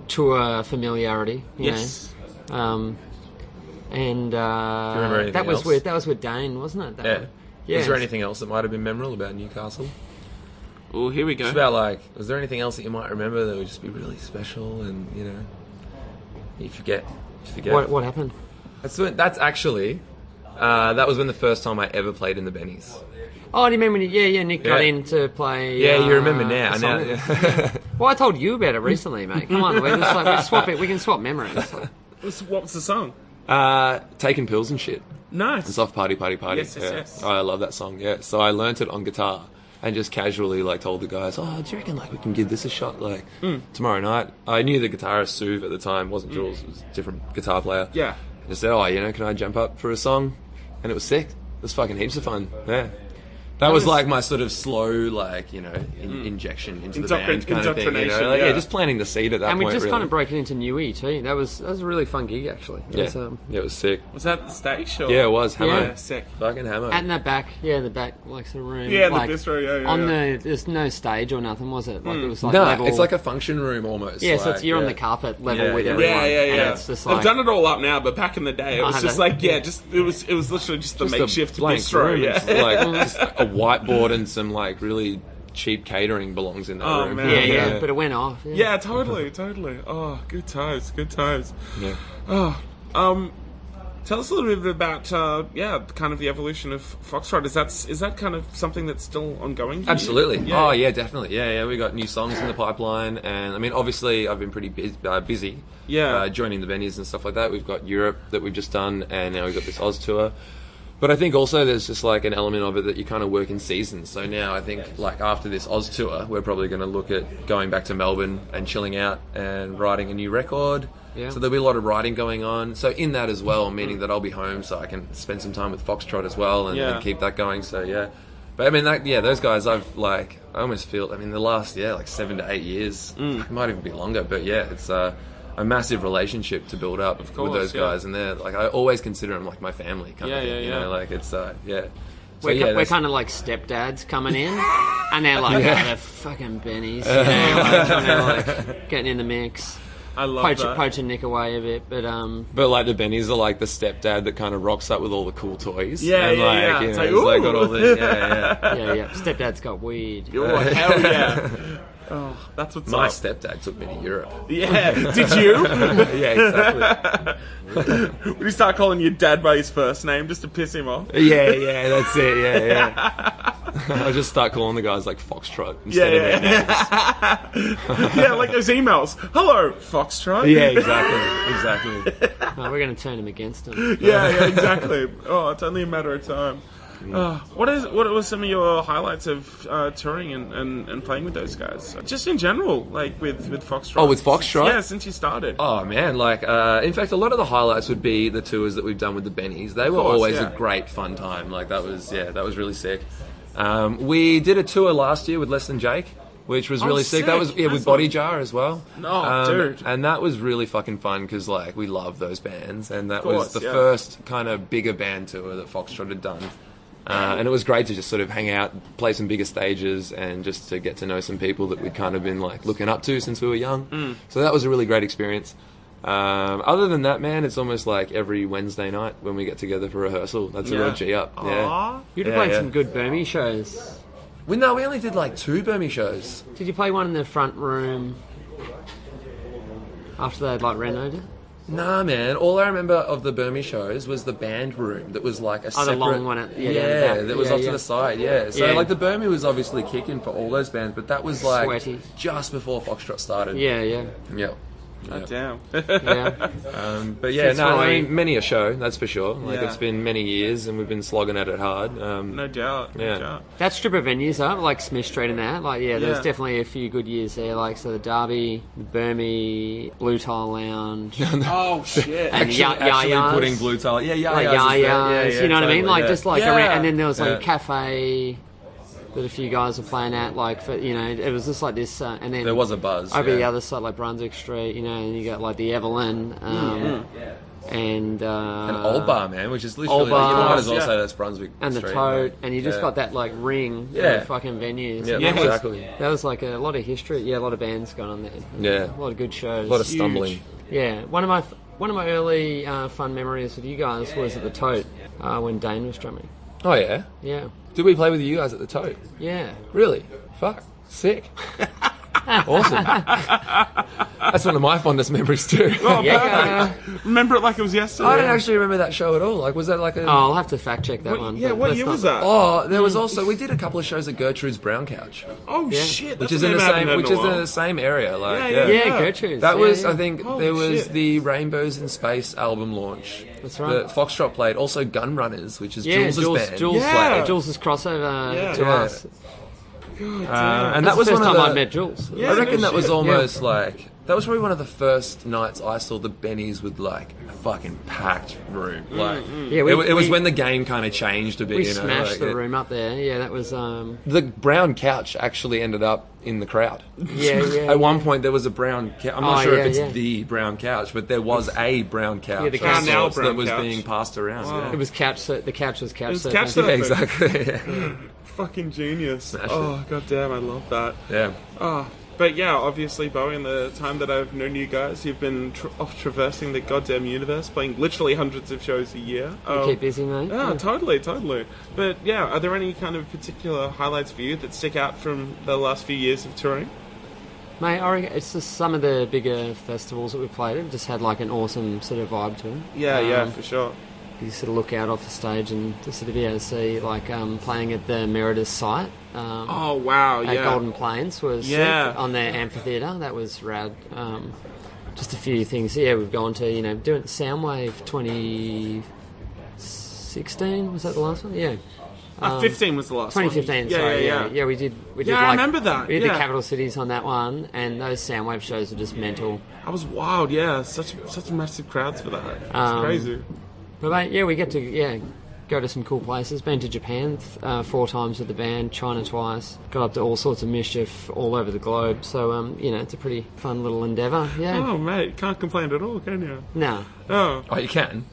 tour familiarity. You Yes. Know? Um, and uh, you remember anything that was else? with that was with Dane, wasn't it? That Yeah. one? Yeah. Was there anything else that might have been memorable about Newcastle? Oh, here we go. It's about like, was there anything else that you might remember that would just be really special and you know, you forget, you forget. What, what happened? That's when, that's actually, uh, that was when the first time I ever played in the Bennies. Oh, do you remember? when- Yeah, yeah. Nick got Yeah. in to play. Yeah, uh, you remember a now. song now (laughs) with us. Well, I told you about it recently, mate. Come on, we're just like we swap it. We can swap memories. Like, What's- What was the song? Uh, taking pills and shit. Nice. It's off party, party, party. Yes, yes, yeah. Oh, yes. I love that song. Yeah. So I learnt it on guitar and just casually like told the guys, "Oh, do you reckon like we can give this a shot like tomorrow night?" I knew the guitarist Suv at the time wasn't Jules, it was a different guitar player. Yeah. I just said, "Oh, you know, can I jump up for a song?" And it was sick. was fucking heaps of fun. Yeah. That was like my sort of slow, like you know, in, injection into the band Indoctrin- kind of thing. You indoctrination, know? like, yeah. yeah. just planting the seed at that And we point. just really. kind of broke it into New E too. That was that was a really fun gig actually. That Yeah. was, um, yeah, it was sick. Was that the stage? Or? Yeah, it was hammer. Yeah, sick. Fucking hammer. At in the back, yeah, the back, like the room. Yeah, the like, bistro, yeah, yeah, On yeah. the, there's no stage or nothing, was it? Like it was like no, level. it's like a function room almost. yeah, so it's, like, you're on yeah. the carpet level Yeah, with yeah. everyone. Yeah, yeah, and yeah. it's just like They've done it all up now, but back in the day, it I was have just it. like yeah, just it was it was literally just the Just a makeshift blank bistro. room. Yeah, It's (laughs) like just a whiteboard and some like really cheap catering belongs in that Oh, room. man. yeah, yeah, but it went off. (laughs) Yeah. yeah, totally, totally. Oh, good times, good times. Yeah. Oh, um, tell us a little bit about uh, yeah, kind of the evolution of Foxtrot. Is that is that kind of something that's still ongoing? for you? Absolutely. Oh yeah, definitely. Yeah, yeah. We got new songs in the pipeline, and I mean, obviously, I've been pretty busy, uh, busy. Yeah. Uh, joining the venues and stuff like that. We've got Europe that we've just done, and now we've got this Oz tour. But I think also there's just like an element of it that you kind of work in seasons. So now I think like after this Oz tour, we're probably going to look at going back to Melbourne and chilling out and writing a new record. Yeah. So there'll be a lot of writing going on. So in that as well, meaning that I'll be home, so I can spend some time with Foxtrot as well and, Yeah. and keep that going. So yeah, but I mean, that, yeah, those guys, I've like, I almost feel, I mean, the last, yeah, like seven to eight years, Mm. it might even be longer, but yeah, it's uh, a massive relationship to build up course, with those yeah. guys. And they're like, I always consider them like my family kind Yeah, of thing, yeah, you yeah. know, like it's, uh, yeah. So We're, yeah, we're that's- kind of like stepdads coming in, (laughs) and they're like, oh, they're fucking bennies, you know, like, trying to, like, getting in the mix, I love poach, that. poaching Nick away a bit, but um, But like the Bennies are like the stepdad that kind of rocks up with all the cool toys. Yeah, and yeah, like, yeah. You It's know, like, it's like got "Ooh." all the, yeah, yeah. yeah, yeah, stepdad's got weed. (laughs) Oh hell (laughs) yeah! Oh, that's what's My up. stepdad took me to Europe. Yeah, (laughs) did (laughs) you? yeah, exactly. Would you start calling your dad by his first name just to piss him off? Yeah, yeah, that's it. Yeah, yeah. (laughs) I just start calling the guys like Foxtrot instead of their names. yeah, (laughs) like those emails. Hello, Foxtrot. Yeah, exactly, exactly. No, we're gonna turn him (laughs) against him. yeah, yeah, exactly. Oh, it's only a matter of time. Mm. Uh, what is what were some of your highlights of uh, touring and, and, and playing with those guys? Just in general, like with with Foxtrot. Oh, with Foxtrot? Yeah, since you started. Oh man, like uh, in fact, a lot of the highlights would be the tours that we've done with the Bennies. They were course, always yeah. a great fun time. Like that was yeah, that was really sick. Um, we did a tour last year with Less Than Jake, which was really Oh, sick. That sick. was yeah That's with Body awesome. Jar as well. Um, No, dude. And that was really fucking fun because like we love those bands, and that course, was the yeah. first kind of bigger band tour that Foxtrot had done. Uh, and it was great to just sort of hang out, play some bigger stages, and just to get to know some people that we'd kind of been like looking up to since we were young. Mm. So that was a really great experience. Um, other than that, man, it's almost like every Wednesday night when we get together for rehearsal. That's a Yeah. real G up. Yeah. Aw. You'd have Yeah, played yeah. some good Burmese shows. We, no, we only did like two Burmese shows. Did you play one in the front room after they'd like renovated it? Nah, man. All I remember of the Burmese shows was the band room that was like a Oh, the separate long one at- yeah, yeah, down the back. that was Yeah, off yeah. to the side. Yeah. So Yeah. like the Burmese was obviously kicking for all those bands, but that was like Sweaty. just before Foxtrot started. Yeah, yeah, Yeah. Yeah. Damn. (laughs) (laughs) yeah. But yeah, Since no, I Halloween. mean, many a show, that's for sure. Like Yeah. it's been many years, and we've been slogging at it hard. Um, no doubt. No Yeah. doubt. that strip of venues up, like Smith Street and that, like yeah, there was Yeah. definitely a few good years there. Like so, the Derby, the Burmese, Blue Tile (laughs) Lounge, and Oh shit. Ya- actually Yayas. putting blue tile. Yeah, yeah, like yeah, yeah, you know what I mean? Like just like Yeah. around, and then there was like Yeah. a cafe that a few guys were playing at. Like for you know, it was just like this, uh, and then There was a buzz, over the yeah. other side, like Brunswick Street, you know, and you got like the Evelyn, um, and uh, an old bar, man, which is literally Old like, you bar. might as well Yeah. say that's Brunswick and the Street, Tote, like, and you just yeah. got that like ring, Yeah. of fucking venues. Yeah, And Yeah. that was- exactly. That was like a lot of history. Yeah, a lot of bands going on there. Yeah. a lot of good shows. A lot of stumbling. Yeah, one of my one of my early uh, fun memories with you guys was at the Tote uh, when Dane was drumming. Oh yeah. Yeah, Did we play with you guys at the Tote? yeah. Really? Fuck. (laughs) Sick. awesome. That's one of my fondest memories too. Yeah. (laughs) Remember it like it was yesterday. I don't actually remember that show at all. Like, was that like a? Oh, Hmm. I'll have to fact check that one. yeah, but what let's year not- was that? Oh, Oh, there was also we did a couple of shows at Gertrude's Brown Couch, Oh, shit. which That's is a in the name I haven't heard same, in which a is in while. the same area. Like, Yeah, yeah, Yeah, Gertrude's. That yeah, was, yeah. I think, Holy there was shit. the Rainbows in Space album launch. That's right. That Foxtrot played. Also, Gun Runners, which is Yeah, Jules' Jules, band. Jules, Yeah. Jules's crossover Yeah. to Yeah. us. Uh, and that That's was the first one of time the- I met Jules. I reckon no that was shit. almost like that was probably one of the first nights I saw the Bennies with like a fucking packed room. Like, Yeah, Mm, we- it, wa- it was we- when the game kind of changed a bit. We you know, smashed like, the it- room up there. Yeah, that (laughs) was um. The brown couch actually ended up in the crowd. Yeah, yeah. At one point, there was a brown couch. I'm not Oh, sure yeah, if it's yeah. the brown couch, but there was a brown couch. Yeah, the of couch. sorts Now brown that was couch. being passed around. it was couch. Sur- the couch was couch. was surfing. couch surfing. Yeah, exactly. (laughs) Yeah. Fucking genius. Smash oh, goddamn, I love that. yeah. Oh, but yeah, obviously, Bowie, in the time that I've known you guys, you've been tr off traversing the goddamn universe, playing literally hundreds of shows a year. Um, Keep busy, mate. Yeah, totally, totally. But yeah, are there any kind of particular highlights for you that stick out from the last few years of touring? Mate, I reckon it's just some of the bigger festivals that we played. It just had like an awesome sort of vibe to it. Yeah, yeah, Um, for sure. You sort of look out off the stage and just sort of be able to see like um, playing at the Meritus site. Um, Oh wow, at yeah. Golden Plains was sick, Yeah. on their amphitheatre. That was rad. Um, just a few things. Yeah, we've gone to you know doing Soundwave 2016 was that the last one? Yeah, Ah, Fifteen was the last. one. 2015. Yeah, sorry, yeah, yeah, yeah. we did. We did Yeah, I like, remember that, We did yeah. the capital cities on that one, and those Soundwave shows are just mental. I was wild. Yeah, such such massive crowds for that. It's Um, crazy. But mate, yeah, we get to yeah go to some cool places. Been to Japan th- uh, four times with the band, China twice. Got up to all sorts of mischief all over the globe. So um, you know, it's a pretty fun little endeavour. Yeah. Oh mate, can't complain at all, can you? (laughs) No. Oh, Oh, you can.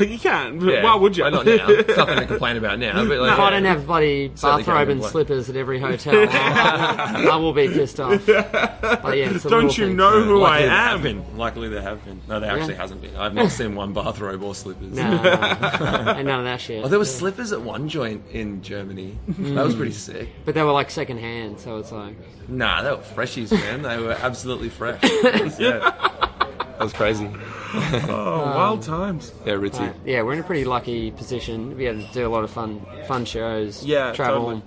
you can. But Yeah. Why would you? Well, not (laughs) now. It's (laughs) nothing to complain about now. But like, If I yeah. don't have bloody Certainly can't bathrobe and complain. slippers at every hotel, (laughs) I will- I will be pissed off. But yeah, it's the Don't little you things. know who I Luckily there am? have been. Luckily there have been. No, there actually hasn't been. I've not seen one bathrobe or slippers. (laughs) No, no, no. and none of that shit. Oh, there was slippers at one joint in Germany. That was pretty sick. But they were like second hand, so it's like Nah, they were freshies, man. They were absolutely fresh. yeah. (laughs) That was crazy. Oh, wild times. Yeah, Ritzy. Right. Yeah, we're in a pretty lucky position. We had to do a lot of fun, fun shows. Yeah, travel.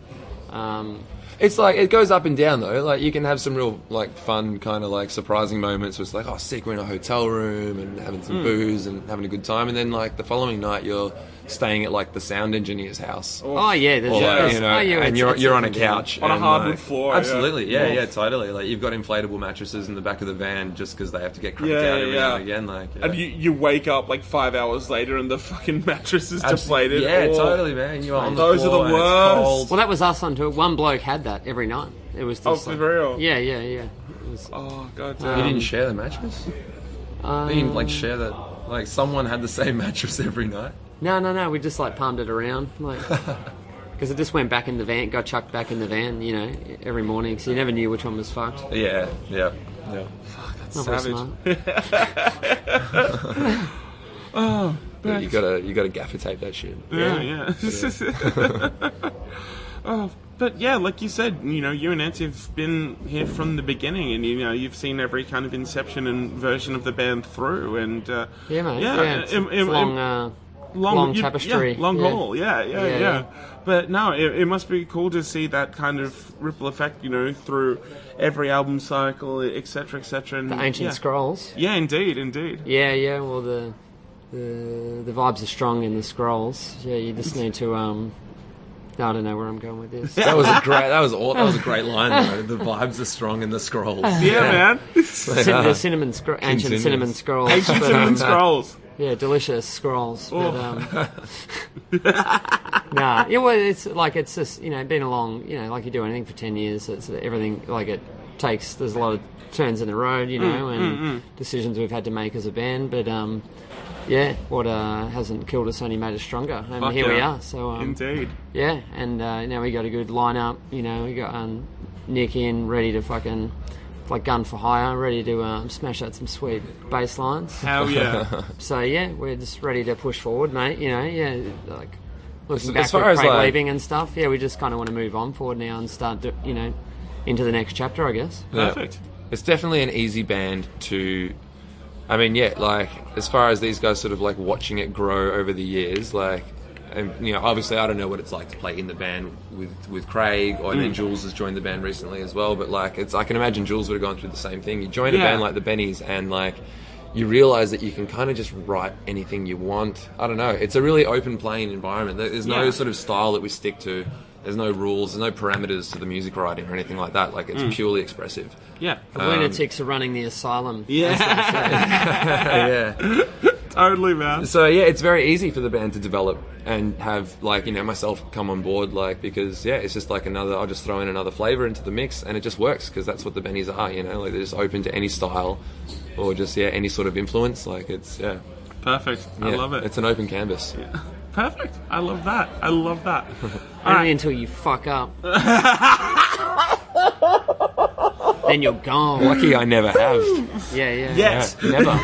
Um, It's like it goes up and down though. Like you can have some real like fun kind of like surprising moments. Where it's like oh sick, we're in a hotel room and having some booze and having a good time, and then like the following night you're staying at like the sound engineer's house. oh yeah, there's, Or, like, there's- you know, oh, yeah, and it's- you're it's you're on a up and down. couch On a and, hardwood like- floor, yeah. Absolutely, yeah. yeah, totally. Like you've got inflatable mattresses in the back of the van just because they have to get cranked Yeah, out every yeah. now and again. Like yeah. And you, you wake up like five hours later and the (laughs) fucking mattress is Abs- deflated. Oh, Yeah, or- totally, man. You're on the Those are floor the and it's worst. cold. Well, that was us on tour. One bloke had that every night. It was just Oh, for like- real? Yeah, yeah, yeah. It was, Oh god You damn. didn't share the mattress? you didn't like share that? Like someone had the same (laughs) mattress every night? no, no, no. We just like palmed it around, like (laughs) because it just went back in the van, got chucked back in the van, you know, every morning. So you never knew which one was fucked. Yeah, yeah, yeah. Not very Savage. smart. (laughs) you gotta you gotta gaffer tape that shit. Yeah, yeah. (laughs) oh, but yeah, like you said, you know, you and Ant have been here from the beginning, and you know, you've seen every kind of inception and version of the band through, and uh, Yeah, mate. yeah, Yeah, it's, im- it's im- long, im- uh, long, long you- tapestry. yeah, long Yeah. haul. Yeah, yeah, yeah. Yeah, yeah. But no, it, it must be cool to see that kind of ripple effect, you know, through every album cycle, etc., cetera, etc. Cetera, and the ancient yeah. scrolls. Yeah, indeed, indeed. Yeah, yeah. Well, the the the vibes are strong in the scrolls. Yeah, you just need to. um I don't know where I'm going (laughs) with this. That was a great that was aw- that was a great line though. The vibes are strong in the scrolls. Yeah, man. Cin- the cinnamon scro- ancient Cinnamon. cinnamon scrolls. but, Cinnamon um, Scrolls. yeah, delicious scrolls. Oh. But, um, (laughs) nah, yeah, well, it's like it's just you know been a long you know like you do anything for ten years. It's everything like it takes. There's a lot of turns in the road, you know, Mm, and decisions we've had to make as a band. But um, yeah, what uh, hasn't killed us only made us stronger, and Fuck here we yeah. are. So um, Indeed. yeah, and uh, now we got a good lineup. You know, we got um, Nick in ready to fucking like gun for hire, ready to um, smash out some sweet bass lines. Hell yeah. So yeah, we're just ready to push forward, mate. You know, yeah, like looking As- back as far with as, Craig like- leaving and stuff. Yeah, we just kind of want to move on forward now and start, do, you know, into the next chapter, I guess. Yeah. Perfect. It's definitely an easy band to. I mean, yeah, like as far as these guys sort of like watching it grow over the years, like, and you know, obviously I don't know what it's like to play in the band with with Craig, Mm. or and then Jules has joined the band recently as well. But like, it's I can imagine Jules would have gone through the same thing. You join Yeah. a band like the Bennies, and like. You realize that you can kind of just write anything you want. I don't know. It's a really open playing environment. There- There's no Yeah. sort of style that we stick to. There's no rules, there's no parameters to the music writing or anything like that. Like it's Mm. purely expressive. Yeah. Um, Lunatics are running the asylum. Yeah. yeah. totally, man. So yeah, it's very easy for the band to develop and have like you know myself come on board like because yeah, it's just like another. I'll just throw in another flavor into the mix and it just works because that's what the bennies are. You know, like they're just open to any style or just yeah any sort of influence. Like it's yeah, Perfect. I yeah, love it. It's an open canvas. Perfect. I love that. I love that. All Only right. until you fuck (laughs) up. then you're gone. Lucky I never (laughs) have. Yeah, yeah. Yes. never,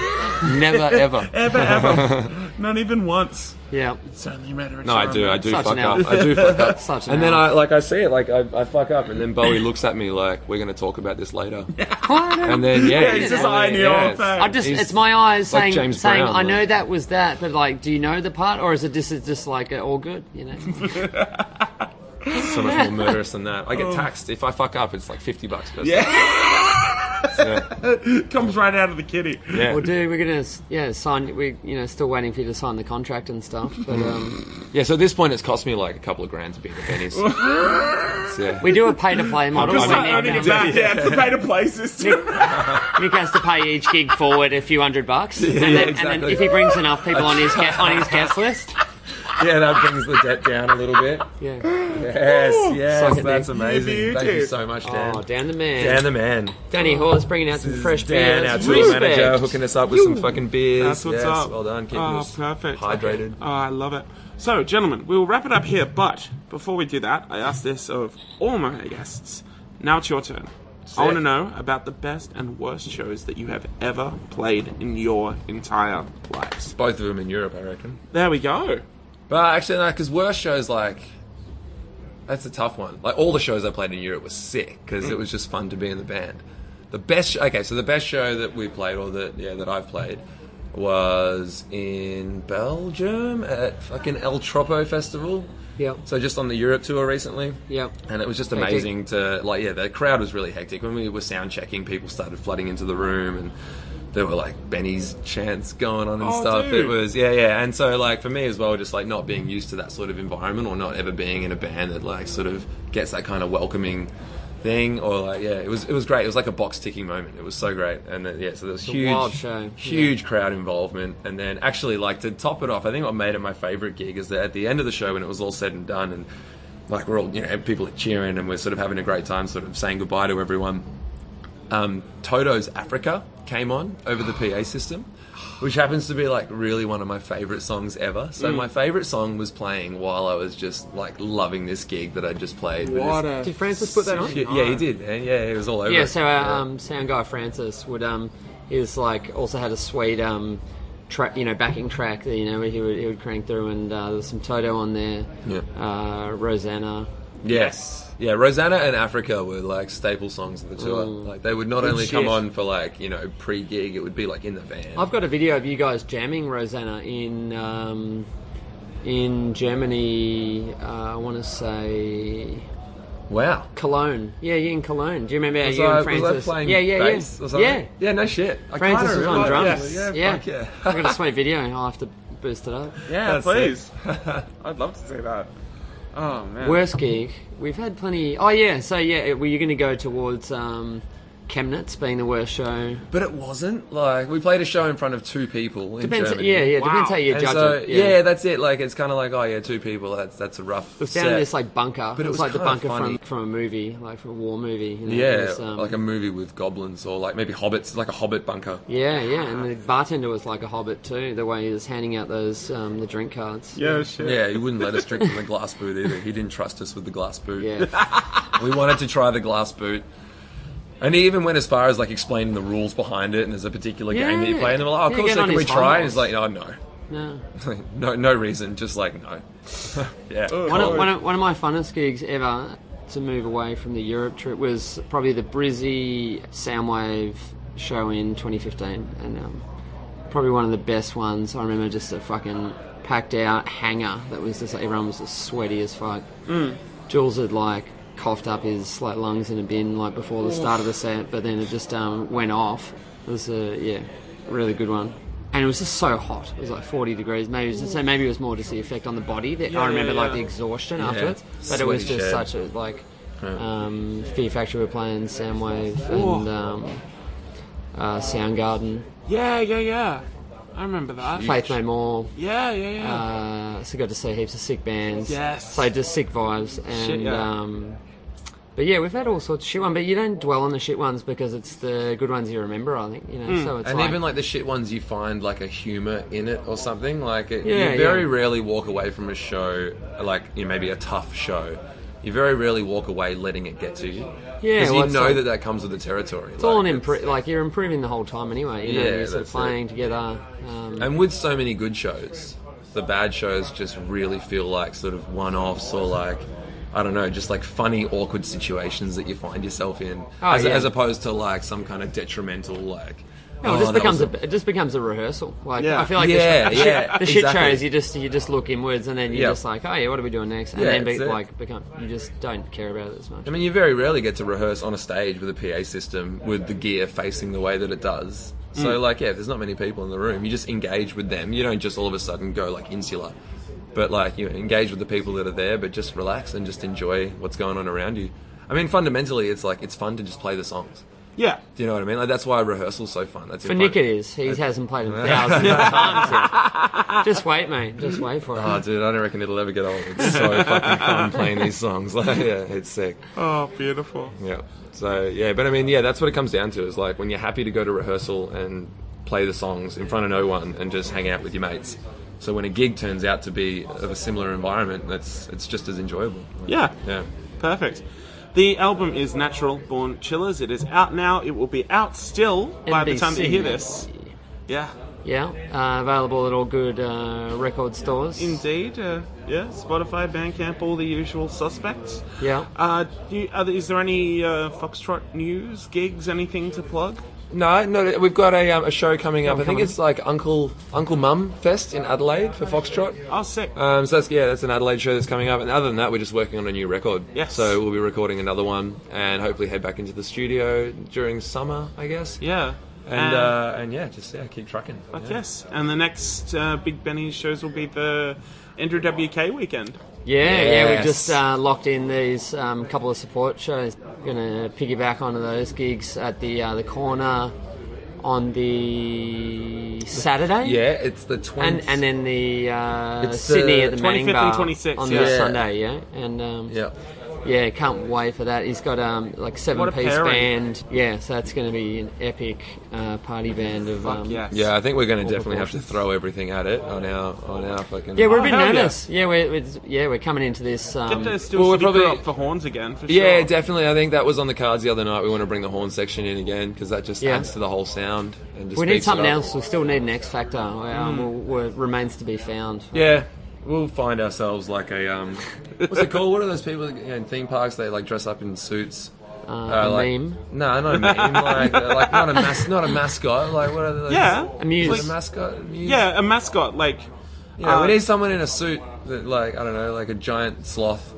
never (laughs) ever. Ever, ever. Not even once. Yeah. It's only a matter of No, I do. I do Such fuck an up. elf. I do fuck (laughs) up. Such an and then I elf. like I see it like I, I fuck up, and then Bowie looks at me like we're gonna talk about this (laughs) later. And then yeah, he's just I eyeing mean, the yeah, whole it's- thing. I just, He's it's my eyes like saying, James saying Brown, I know like- that was that, but like, do you know the part? Or is it just, it's just like, uh, all good, you know? so much (laughs) more murderous than that. I get taxed if I fuck up. It's like fifty bucks per. Oh. Yeah, Comes right out of the kitty. yeah. well, dude, we're going to, yeah, sign, we, you know, still waiting for you to sign the contract and stuff. But um, yeah. So at this point, it's cost me like a couple of grand to be in the pennies. (laughs) yeah. we do a pay to (laughs) play model. Just I'm like in- earning I'm it in back. Yeah, it's the pay to play system. Nick has to pay each gig forward a few (laughs) hundred bucks, and, then, and then exactly. if he brings enough people (laughs) on his guest, on his guest list, yeah, that brings the debt down a little bit. yeah. Yes, Suck it, yes, Nick. that's amazing. Thank you dude. so much, Dan. Oh, Dan the man, Dan the man. Danny Hawes bringing out some This is fresh Dan, beers. our tour Respect. manager, hooking us up with some fucking beers. That's what's yes, up. Well done, keeping Oh, us perfect. hydrated. Oh, I love it. So, gentlemen, we will wrap it up here, but before we do that, I asked this of all my guests. Now it's your turn. I want to know about the best and worst shows that you have ever played in your entire lives. Both of them in Europe, I reckon. There we go. But actually, no, because worst shows like that's a tough one. Like all the shows I played in Europe were sick because it was just fun to be in the band. The best, sh- okay, so the best show that we played, or that yeah, that I've played, was in Belgium at fucking El Tropo Festival. Yep. So just on the Europe tour recently. Yep. And it was just Hectic. amazing to like yeah, the crowd was really hectic. When we were sound checking, people started flooding into the room and there were like Benny's chants going on and Oh, stuff. dude. It was yeah, yeah. And so like for me as well, just like not being used to that sort of environment or not ever being in a band that like sort of gets that kind of welcoming thing or like yeah, it was it was great. It was like a box ticking moment. It was so great. And uh, yeah, so there was a huge wild show. huge crowd involvement and then actually like to top it off, I think what made it my favorite gig is that at the end of the show when it was all said and done and like we're all you know people are cheering and we're sort of having a great time sort of saying goodbye to everyone um, toto's africa came on over the pa system which happens to be like really one of my favorite songs ever Mm. so my favorite song was playing while i was just like loving this gig that i just played with What this- a. Did Francis put that on? yeah, yeah, he did and yeah it was all over Yeah, it. so our um, sound guy Francis would um, is like also had a sweet um, track, you know, backing track that you know he would he would crank through, and uh, there was some Toto on there, Yeah. uh, Rosanna. Yes. Yeah, Rosanna and Africa were like staple songs of the tour. Like they would not only come shit. on for like, you know, pre gig, it would be like in the van. I've got a video of you guys jamming Rosanna in um, in Germany. Uh, I want to say wow. Cologne. Yeah, you in Cologne. Do you remember how Was you I, and Francis? was I playing yeah, yeah, bass yeah. or something? yeah. Yeah, no shit. I Francis kinda was on remember. drums. Yeah, yeah, Yeah, fuck yeah. I've (laughs) got a sweet video. I'll have to boost it up. Yeah, That's please. I'd love to see that. Oh, man. Worst gig. We've had plenty. Oh yeah. So yeah, it- were you going to go towards um, Chemnitz being the worst show? (laughs) But it wasn't. Like we played a show in front of two people in Depends. Germany. Yeah, yeah. Wow. Depends how you And judge so, it. yeah. that's it. Like it's kind of like, oh yeah, two people. That's that's a rough. It's down in set. this like bunker. But it it was was like the kinda bunker funny. from from a movie, like from a war movie. You know? yeah, It was, um, like a movie with goblins or like maybe hobbits, like a hobbit bunker. yeah, yeah. And the bartender was like a hobbit too. The way he was handing out those um, the drink cards. Yeah, shit. Yeah, he wouldn't let us drink from the glass boot either. He didn't trust us with the glass boot. (laughs) Yeah. We wanted to try the glass boot. And he even went as far as like explaining the rules behind it, and there's a particular game that you Yeah. play, and they're like, "Oh, Yeah, cool, get so on can we his try?" horse. And he's like, "Oh, "No, no, no. no, no reason, just like no." (laughs) yeah, One of, one, of, one of my funnest gigs ever to move away from the Europe trip was probably the Brizzy Soundwave show in 2015, and um, probably one of the best ones. I remember just a fucking packed out hangar that was just everyone was just sweaty as fuck. Jules had like coughed up his like lungs in a bin like before the start of the set, but then it just um, went off. It was a yeah, really good one. and it was just so hot. It was like 40 degrees. Maybe it was, so maybe it was more just the effect on the body. That I remember yeah, like the yeah. exhaustion afterwards, but it was Sweaty just shed. such a like um, Fear Factory were playing Soundwave and um, uh, Soundgarden, Yeah, yeah, yeah. I remember that. Faith No More. Yeah, yeah, yeah. Uh, so got to see heaps of sick bands. Yes. So just sick vibes and yeah. um but yeah, we've had all sorts of shit ones, but you don't dwell on the shit ones because it's the good ones you remember, I think, you know. Hmm. So it's And like, even like the shit ones, you find like a humor in it or something. Like it, Yeah, you very yeah. rarely walk away from a show, like you know, maybe a tough show. You very rarely walk away letting it get to you. Yeah, because well, you it's know like- that that comes with the territory. it's all an improve like you're improving the whole time anyway, you know, Yeah, you're sort that's of it. playing together. Um, And with so many good shows, the bad shows just really feel like sort of one offs or like, I don't know, just like funny, awkward situations that you find yourself in. Oh, as, yeah. as opposed to like some kind of detrimental, like. no, "Oh, it that just becomes was a, it just becomes a rehearsal. Like Yeah. I feel like Yeah, the, shit- yeah, the shit exactly. shows you just you just look inwards and then you're Yeah. just like, oh yeah, what are we doing next? And Yeah, then be, that's it. like become you just don't care about it as much. I mean, you very rarely get to rehearse on a stage with a PA system with the gear facing the way that it does. So, like, yeah, if there's not many people in the room, you just engage with them. You don't just all of a sudden go like insular, but like you engage with the people that are there, but just relax and just enjoy what's going on around you. I mean, fundamentally, it's like it's fun to just play the songs. yeah. Do you know what I mean? Like that's why rehearsal's so fun. That's For Nick, it is. He hasn't played (laughs) in thousands of times yet. Just wait, mate. Just wait for it. Oh, dude, I don't reckon it'll ever get old. It's so fucking fun playing these songs. (laughs) Like, yeah, it's sick. Oh, beautiful. Yeah. So yeah, but I mean, yeah, that's what it comes down to. Is like when you're happy to go to rehearsal and play the songs in front of no one and just hang out with your mates. So when a gig turns out to be of a similar environment, that's it's just as enjoyable. Like, Yeah. Yeah. Perfect. The album is Natural Born Chillers. It is out now. It will be out still by the time you NBC. hear this. Yeah. Yeah, uh, available at all good uh, record stores. Indeed. Uh, yeah. Spotify, Bandcamp, all the usual suspects. Yeah. Uh, do you, are there, is there any uh, Foxtrot news, gigs, anything to plug? No, no, we've got a, um, a show coming up. I think coming. it's like Uncle Uncle Mum Fest in Adelaide for Foxtrot. Oh, sick. Um, so that's yeah, that's an Adelaide show that's coming up, and other than that, we're just working on a new record. Yes. So we'll be recording another one, and hopefully head back into the studio during summer, I guess. yeah. Um, And uh, and yeah, just yeah, keep trucking. fuck yeah. yes. And the next uh, Big Benny shows will be the Andrew WK weekend. yeah, yeah. We've Yes. just uh, locked in these um, couple of support shows. Going to piggyback onto those gigs at the uh, the corner on the Saturday. Yeah, it's the 20th. And and then the uh, It's Sydney the at the Manning 25th Bar and 26th, on yeah. the Sunday. Yeah. And um, yeah. Yeah, can't wait for that. He's got um like What seven a piece pairing. band. Yeah, so that's going to be an epic uh, party band of um, yes. Yeah, I think we're going to definitely have to proportions. throw everything at it on our on our fucking. Yeah, we're a Oh, bit hell yeah. nervous. Yeah, we're, we're yeah we're coming into this. Get Um, the still well, well, we're probably probably- up for horns again for Yeah, sure. definitely. I think that was on the cards the other night. We want to bring the horn section in again because that just Yeah. adds to the whole sound and just we need beefs it something up. else. We still need an X factor. Hmm. Um, we'll, we'll- remains to be found. Yeah, we'll find ourselves like a um, what's it called? What are those people that, you know, in theme parks? They like dress up in suits. Uh, a like, meme? No, not a meme. (laughs) like, uh, like not a mas- not a mascot. Like what are those? Yeah. A muse. Is it a mascot. A muse? Yeah, a mascot like Yeah, Um, Uh, we need someone in a suit that, like, I don't know, like a giant sloth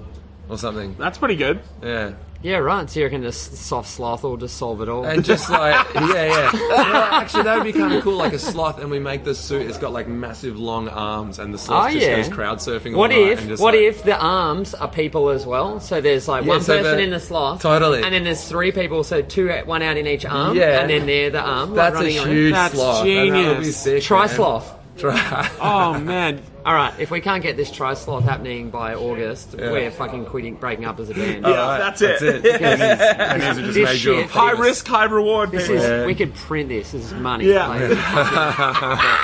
or something. that's pretty good. Yeah. Yeah, right. So you reckon just soft sloth will just solve it all? And just like, yeah, yeah. Well, actually, that would be kind of cool, like a sloth, and we make this suit. It's got like massive long arms, and the sloth Oh, just yeah. goes crowd surfing. (laughs) What all night if and just, what like- if the arms are people as well? So there's like Yeah, one so person the- in the sloth, Totally. and then there's three people, so two one out in each arm, Yeah. and then they're the arm. like, That's a running on it. huge That's sloth. and that would be genius. sick, Try man. sloth. (laughs) Try. (laughs) Oh man, All right, if we can't get this tri sloth happening by August, Yeah. we're fucking quitting, breaking up as a band. Yeah, that's That's it. (laughs) it. And these are just This made you a shit. high famous- risk, high reward. This people. is, we could print this. This is money. Yeah. Like,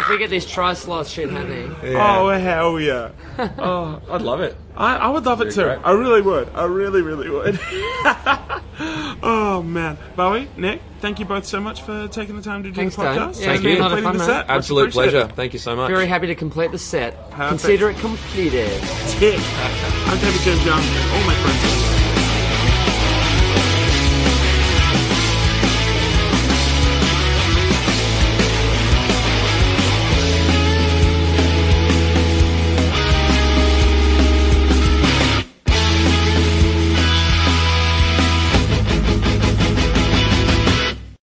if we get this tri sloth shit happening, Oh hell yeah! Oh, I'd love it. I, I would love it too. You're great. I really would. I really, really would. (laughs) oh man, Bowie, Nick, thank you both so much for taking the time to do Thanks, the Dan. podcast. Yeah, and it's been a lot completing of fun, the man. set. Much Absolute appreciated. pleasure. Thank you so much. very happy to complete the set. Consider it completed. Tick. I'm David James Young. All my friends.